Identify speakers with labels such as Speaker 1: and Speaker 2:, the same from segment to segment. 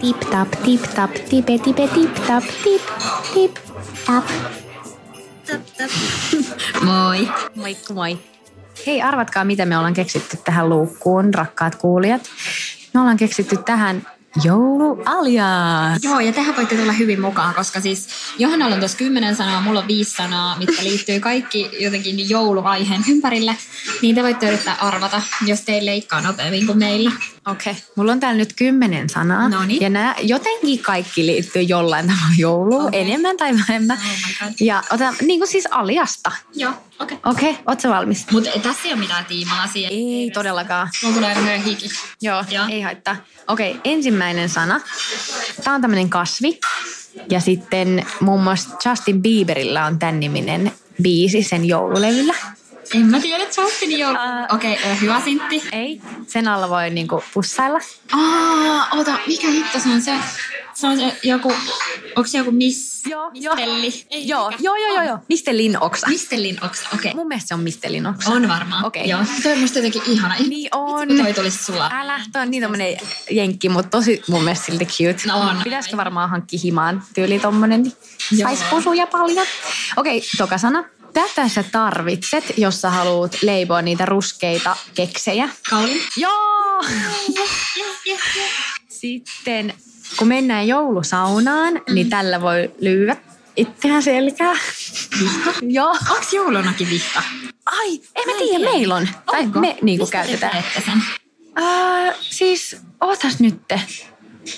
Speaker 1: Tip tap, tip tap, tipe tipe tip tap, tip, tip tap.
Speaker 2: Moi. Moikka moi.
Speaker 1: Hei, arvatkaa mitä me ollaan keksitty tähän luukkuun, rakkaat kuulijat. Me ollaan keksitty tähän joulualjaa.
Speaker 2: Joo, ja tähän voitte tulla hyvin mukaan, koska siis Johannalla on tuossa kymmenen sanaa, mulla on viisi sanaa, mitkä liittyy kaikki jotenkin jouluaiheen ympärille. Niin te voitte yrittää arvata, jos teille ei ole nopeammin kuin meillä.
Speaker 1: Okei. Okay. Mulla on täällä nyt kymmenen sanaa.
Speaker 2: Noniin.
Speaker 1: Ja nämä jotenkin kaikki liittyy jollain tavalla jouluun, okay.
Speaker 2: Okei.
Speaker 1: enemmän tai vähemmän.
Speaker 2: Oh my god.
Speaker 1: Ja otetaan niin kuin siis aliasta.
Speaker 2: Joo, okei. Okay.
Speaker 1: Okei, okay, ootko valmis?
Speaker 2: Mutta tässä ei ole mitään tiimalasia.
Speaker 1: Ei todellakaan.
Speaker 2: Mulla tulee myös hiki.
Speaker 1: Joo,
Speaker 2: Joo.
Speaker 1: Joo, ei haittaa. Okei, ensimmäinen sana. Tämä on tämmöinen kasvi. Ja sitten muun muassa Justin Bieberillä on tämän niminen biisi sen joululevyllä.
Speaker 2: En mä tiedä, että Justinin joulu.
Speaker 1: Ää.
Speaker 2: Okei, okay, hyvä sintti.
Speaker 1: Ei, sen alla voi niinku pussailla.
Speaker 2: Aa, ota, mikä hitto se on se? Se on se joku, onko se joku miss?
Speaker 1: Joo, joo.
Speaker 2: mistelli? Ei,
Speaker 1: joo,
Speaker 2: mikä?
Speaker 1: joo, joo, joo,
Speaker 2: On.
Speaker 1: joo. Mistelin oksa.
Speaker 2: Mistellin oksa, okei.
Speaker 1: Mun mielestä se on mistelin oksa.
Speaker 2: On varmaan.
Speaker 1: Okei.
Speaker 2: Joo. Toi on musta jotenkin ihana.
Speaker 1: Niin on.
Speaker 2: Vitsi, kun Toi tulisi sulla.
Speaker 1: Älä, toi on niin tommonen jenkki, mutta tosi mun mielestä silti cute.
Speaker 2: No on.
Speaker 1: Pitäisikö varmaan hankkia himaan tyyli tommonen, niin
Speaker 2: Joo.
Speaker 1: sais pusuja paljon. Okei, toka sana. Tätä sä tarvitset, jos sä haluat leipoa niitä ruskeita keksejä.
Speaker 2: Kaulin.
Speaker 1: Joo!
Speaker 2: Jee, jee, jee.
Speaker 1: Sitten kun mennään joulusaunaan,
Speaker 2: Mm.
Speaker 1: niin tällä voi lyödä itseään selkää.
Speaker 2: Vihta.
Speaker 1: Joo.
Speaker 2: Onks joulunakin vihta?
Speaker 1: Ai, en mä
Speaker 2: en
Speaker 1: tiedä,
Speaker 2: tiedä.
Speaker 1: meillä on. Tai
Speaker 2: Onko?
Speaker 1: me niinku
Speaker 2: Mistä te
Speaker 1: käytetään.
Speaker 2: teette sen?
Speaker 1: Äh, siis, ootas nytte.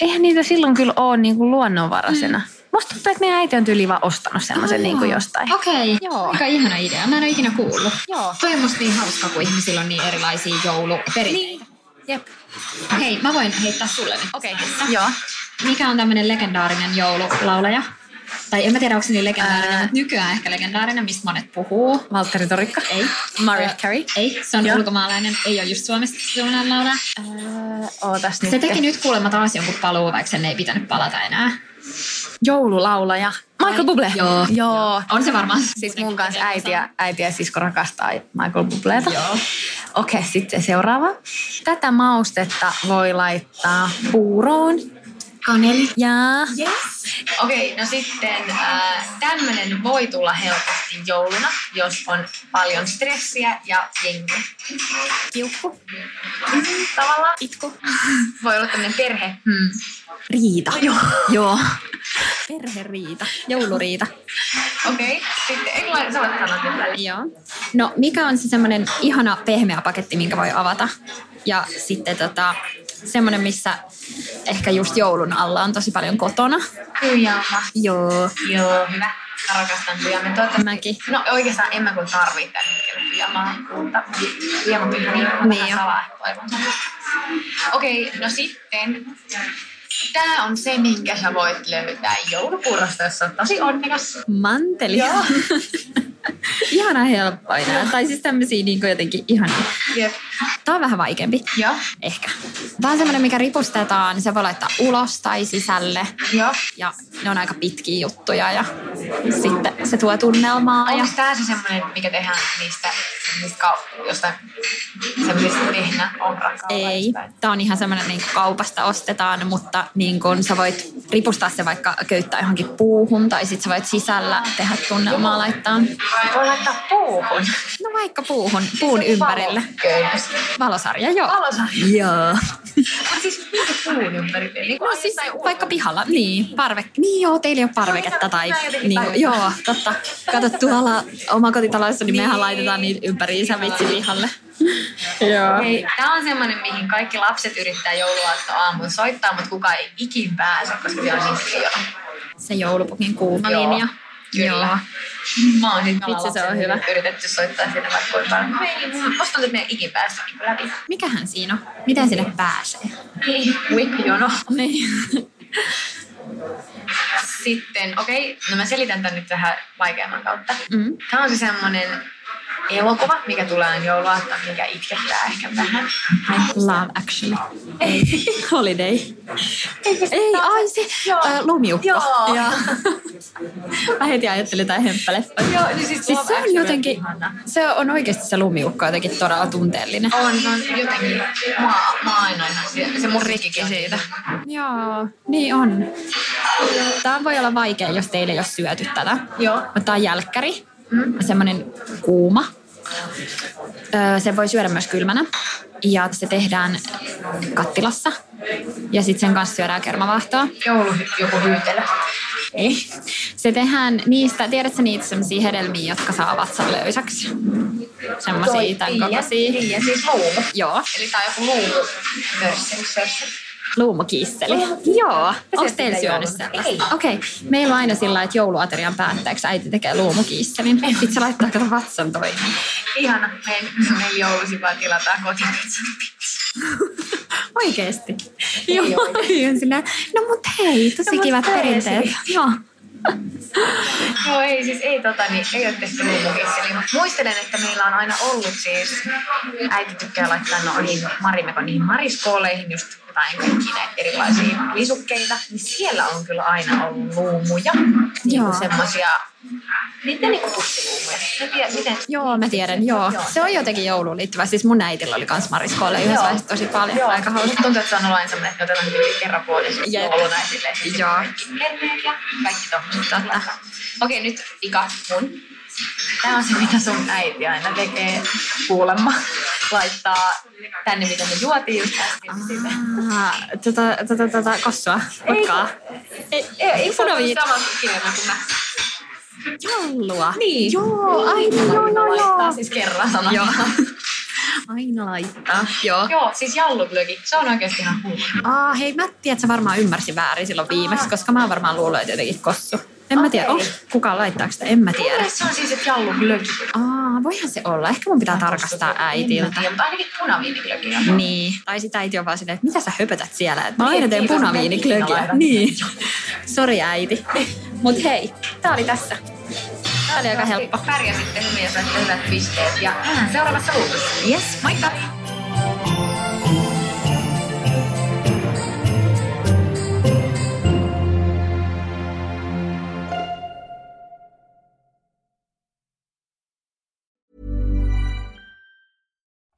Speaker 1: Eihän niitä silloin kyllä ole niinku luonnonvaraisena. Mm. Musta tuntuu, että meidän äiti on tyyli vaan ostanut semmoisen niinku jostain.
Speaker 2: Okei.
Speaker 1: Joo.
Speaker 2: Aika ihana idea. Mä en ole ikinä kuullut.
Speaker 1: Joo.
Speaker 2: Toi on musta niin hauska, kun ihmisillä on niin erilaisia jouluperinteitä.
Speaker 1: Jep.
Speaker 2: Niin. Hei, mä voin heittää sulle nyt.
Speaker 1: Okei,
Speaker 2: sanassa.
Speaker 1: joo.
Speaker 2: Mikä on tämmöinen legendaarinen joululaulaja? Tai en mä tiedä, onko se niin legendaarinen,
Speaker 1: Ää.
Speaker 2: mutta nykyään ehkä legendaarinen, mistä monet puhuu.
Speaker 1: Valtteri Torikka.
Speaker 2: Ei.
Speaker 1: Mariah
Speaker 2: Ö,
Speaker 1: Carey.
Speaker 2: Ei, se on
Speaker 1: Joo.
Speaker 2: ulkomaalainen. Ei ole just Suomesta sellainen laulaja.
Speaker 1: Äh, ootas
Speaker 2: Se
Speaker 1: nytte.
Speaker 2: teki nyt kuulemma taas jonkun paluu, vaikka sen ei pitänyt palata enää.
Speaker 1: Joululaulaja. Michael Bublé.
Speaker 2: Joo.
Speaker 1: Joo.
Speaker 2: On se varmaan.
Speaker 1: Siis mun kanssa äiti ja, äiti ja sisko rakastaa Michael Bubleta.
Speaker 2: Joo.
Speaker 1: Okei, sitten seuraava. Tätä maustetta voi laittaa puuroon.
Speaker 2: Kaneli.
Speaker 1: Ja...
Speaker 2: Yes.
Speaker 1: Okei, no sitten äh, tämmöinen voi tulla helposti jouluna, jos on paljon stressiä ja jengiä. Kiukku. Mm, tavallaan. Itku. Voi olla tämmöinen perhe. Hmm.
Speaker 2: Riita.
Speaker 1: Joo.
Speaker 2: Joo. Perheriita. Jouluriita.
Speaker 1: Okei, sitten englannin sä voit sanoa sen väliin.
Speaker 2: Joo. No, mikä on se semmoinen ihana pehmeä paketti, minkä voi avata? Ja sitten tota, semmoinen, missä ehkä just joulun alla on tosi paljon kotona.
Speaker 1: Pyjaama.
Speaker 2: Joo.
Speaker 1: Joo, hyvä. Mä rakastan pyjaamme. Toivottavasti.
Speaker 2: Tota, Mäkin.
Speaker 1: No oikeastaan en mä kyllä tarvii tällä hetkellä pyjamaa, mutta hieman pyjamaa.
Speaker 2: Niin jo.
Speaker 1: Okei, no sitten. Tämä on se, minkä sä voit löytää joulupurosta, jos on tosi onnekas.
Speaker 2: Manteli.
Speaker 1: Joo.
Speaker 2: ihana helppoja. nää. Tai siis tämmöisiä niin jotenkin ihania.
Speaker 1: Jep.
Speaker 2: Tämä on vähän vaikeampi.
Speaker 1: Joo.
Speaker 2: Ehkä. Tämä on semmoinen, mikä ripustetaan. niin Se voi laittaa ulos tai sisälle.
Speaker 1: Joo.
Speaker 2: Ja ne on aika pitkiä juttuja ja sitten se tuo tunnelmaa. Ja...
Speaker 1: Onko tämä se semmoinen, mikä tehdään niistä, niistä kau- jostain semmoisista tehnä on
Speaker 2: Ei. Tämä on ihan semmoinen, niin kaupasta ostetaan, mutta niin kun sä voit ripustaa se vaikka köyttää johonkin puuhun tai sitten sä voit sisällä tehdä tunnelmaa laittaa.
Speaker 1: Voi laittaa puuhun.
Speaker 2: No vaikka puuhun, puun ympärille.
Speaker 1: Köynnöstä.
Speaker 2: Valosarja, joo.
Speaker 1: Valosarja.
Speaker 2: Joo.
Speaker 1: Mutta siis minkä puun ympärille? Niin
Speaker 2: No siis vaikka pihalla, niin, parve. Niin joo, teillä ei ole parveketta
Speaker 1: Mä-
Speaker 2: tai...
Speaker 1: mä jotenkin
Speaker 2: Niin,
Speaker 1: tajusin.
Speaker 2: joo, totta. Kato tuolla omakotitaloissa, niin, niin. mehän
Speaker 1: Niin.
Speaker 2: laitetaan niitä ympäriinsä vitsi pihalle. joo.
Speaker 1: Tämä on semmoinen, mihin kaikki lapset yrittää jouluaatto aamuun soittaa, mutta kukaan ei ikin pääse, koska se on niin hieno.
Speaker 2: Se joulupukin kuuma
Speaker 1: Joo.
Speaker 2: linja.
Speaker 1: Kyllä. Mä oon siis
Speaker 2: Vitsi, se on hyvä.
Speaker 1: yritetty soittaa sinne vaikka kuinka paljon. Me ei, musta tuntuu, että me ei ikinä päästä kyllä läpi.
Speaker 2: Mikähän siinä on? Miten sille pääsee?
Speaker 1: Niin, whip-jono.
Speaker 2: Niin.
Speaker 1: Sitten, okei, okay, no mä selitän tän nyt vähän vaikeamman kautta.
Speaker 2: Mm.
Speaker 1: Tämä on se semmonen elokuva, mikä tulee aina jouluaattona, mikä itkettää ehkä vähän.
Speaker 2: Love Actually. Holiday. Ei, ai se,
Speaker 1: Joo.
Speaker 2: äh, lumiukko.
Speaker 1: Joo.
Speaker 2: Joo. Mä heti ajattelin jotain hemppäleffa.
Speaker 1: Joo, niin siis,
Speaker 2: Siis
Speaker 1: Love
Speaker 2: se
Speaker 1: Actually
Speaker 2: on jotenkin,
Speaker 1: ihana.
Speaker 2: se on oikeasti se lumiukko jotenkin todella tunteellinen.
Speaker 1: On, on jotenkin. Mä, mä oon aina ihan siellä. Se mun rikki siitä.
Speaker 2: Joo, niin on. Tämä voi olla vaikea, jos teille ei ole syöty tätä.
Speaker 1: Joo.
Speaker 2: Mutta tämä on jälkkäri,
Speaker 1: Mm.
Speaker 2: semmoinen kuuma. Öö, sen voi syödä myös kylmänä. Ja se tehdään kattilassa. Ja sitten sen kanssa syödään kermavaahtoa.
Speaker 1: Joulu joku hyytelö.
Speaker 2: Ei. Se tehdään niistä, tiedätkö niitä semmoisia hedelmiä, jotka saa vatsan löysäksi? Semmoisia tämän kokoisia.
Speaker 1: Ja siis luumu.
Speaker 2: Joo,
Speaker 1: Eli tää on joku luumu. Mörssin, sörssin.
Speaker 2: luumukiisseli. Joo. Onko
Speaker 1: syöt
Speaker 2: teillä
Speaker 1: sitä
Speaker 2: syönyt
Speaker 1: jouluna?
Speaker 2: sellaista? Okei. Meillä on aina sillä lailla, että jouluaterian päätteeksi äiti tekee luumukiisselin. Sitten se laittaa kato vatsan toimeen.
Speaker 1: Ihana. Meidän, meidän joulusi vaan tilataan kotipizzan.
Speaker 2: Oikeesti?
Speaker 1: Ei
Speaker 2: Joo. ihan Sillä, no mut hei, tosi
Speaker 1: No
Speaker 2: no,
Speaker 1: mut
Speaker 2: kivät
Speaker 1: pääsi.
Speaker 2: perinteet. Joo.
Speaker 1: Joo, ei siis ei tota, niin ei ole tehty luumukisseli. Mut muistelen, että meillä on aina ollut siis, äiti tykkää laittaa noihin Marimekon niihin mariskooleihin just jotain kaikki näitä erilaisia lisukkeita, niin siellä on kyllä aina ollut luumuja. Niinku
Speaker 2: Joo.
Speaker 1: semmosia, niitä niinku pussiluumuja. En tiedä, miten
Speaker 2: Joo, mä tiedän, joo. Se on jotenkin jouluun liittyvä. Siis mun äitillä oli kans mariskoolle yhdessä
Speaker 1: Joo.
Speaker 2: vaiheessa tosi paljon.
Speaker 1: Joo,
Speaker 2: Aika hauska.
Speaker 1: Musta tuntuu, että se on ollut aina semmoinen, että me otetaan tyyli kerran vuodessa
Speaker 2: Jep.
Speaker 1: jouluna ja silleen sitten
Speaker 2: Joo.
Speaker 1: kaikki herneet ja kaikki tommoset.
Speaker 2: Totta.
Speaker 1: Okei, nyt Ika, mun. Tämä on se, mitä sun äiti aina tekee kuulemma. Laittaa tänne, mitä me juotiin just äsken. Sitä.
Speaker 2: Ah, tota, tota, tota, kossua, vodkaa.
Speaker 1: Ei, ei, ei se
Speaker 2: Punaviit.
Speaker 1: ole sama kirjana kuin mä.
Speaker 2: Jollua.
Speaker 1: Niin.
Speaker 2: Joo, aina
Speaker 1: Joo, joo, laittaa
Speaker 2: laittaa.
Speaker 1: siis kerran sana.
Speaker 2: no, Joo. Aina laittaa, joo.
Speaker 1: Joo, siis jallublöki. Se on oikeasti ihan hullu.
Speaker 2: Aa, Ah, hei, mä tiedän, että sä varmaan ymmärsin väärin silloin viimeksi,
Speaker 1: Aa.
Speaker 2: koska mä oon varmaan luullut, että jotenkin kossu. En mä tiedä,
Speaker 1: Ah. Okei.
Speaker 2: onko kukaan laittaa sitä, en mä tiedä.
Speaker 1: Se on siis, että jallublöki.
Speaker 2: Aa, voihan se olla. Ehkä mun pitää tarkastaa
Speaker 1: En mä
Speaker 2: äitiltä.
Speaker 1: tiedä, mutta ainakin punaviiniglöki on.
Speaker 2: Niin. Tai sitä äiti on vaan silleen, että mitä sä höpötät siellä? Et mä aina
Speaker 1: Niin,
Speaker 2: teen
Speaker 1: kiitos, mä
Speaker 2: punaviiniklökiä.
Speaker 1: laitan.
Speaker 2: Niin. Sori äiti. Mut hei, tää oli tässä. Tää oli aika helppo.
Speaker 1: Pärjäsitte hyvin ja saitte hyvät pisteet. Ja nähdään seuraavassa luukussa.
Speaker 2: Yes, moikka!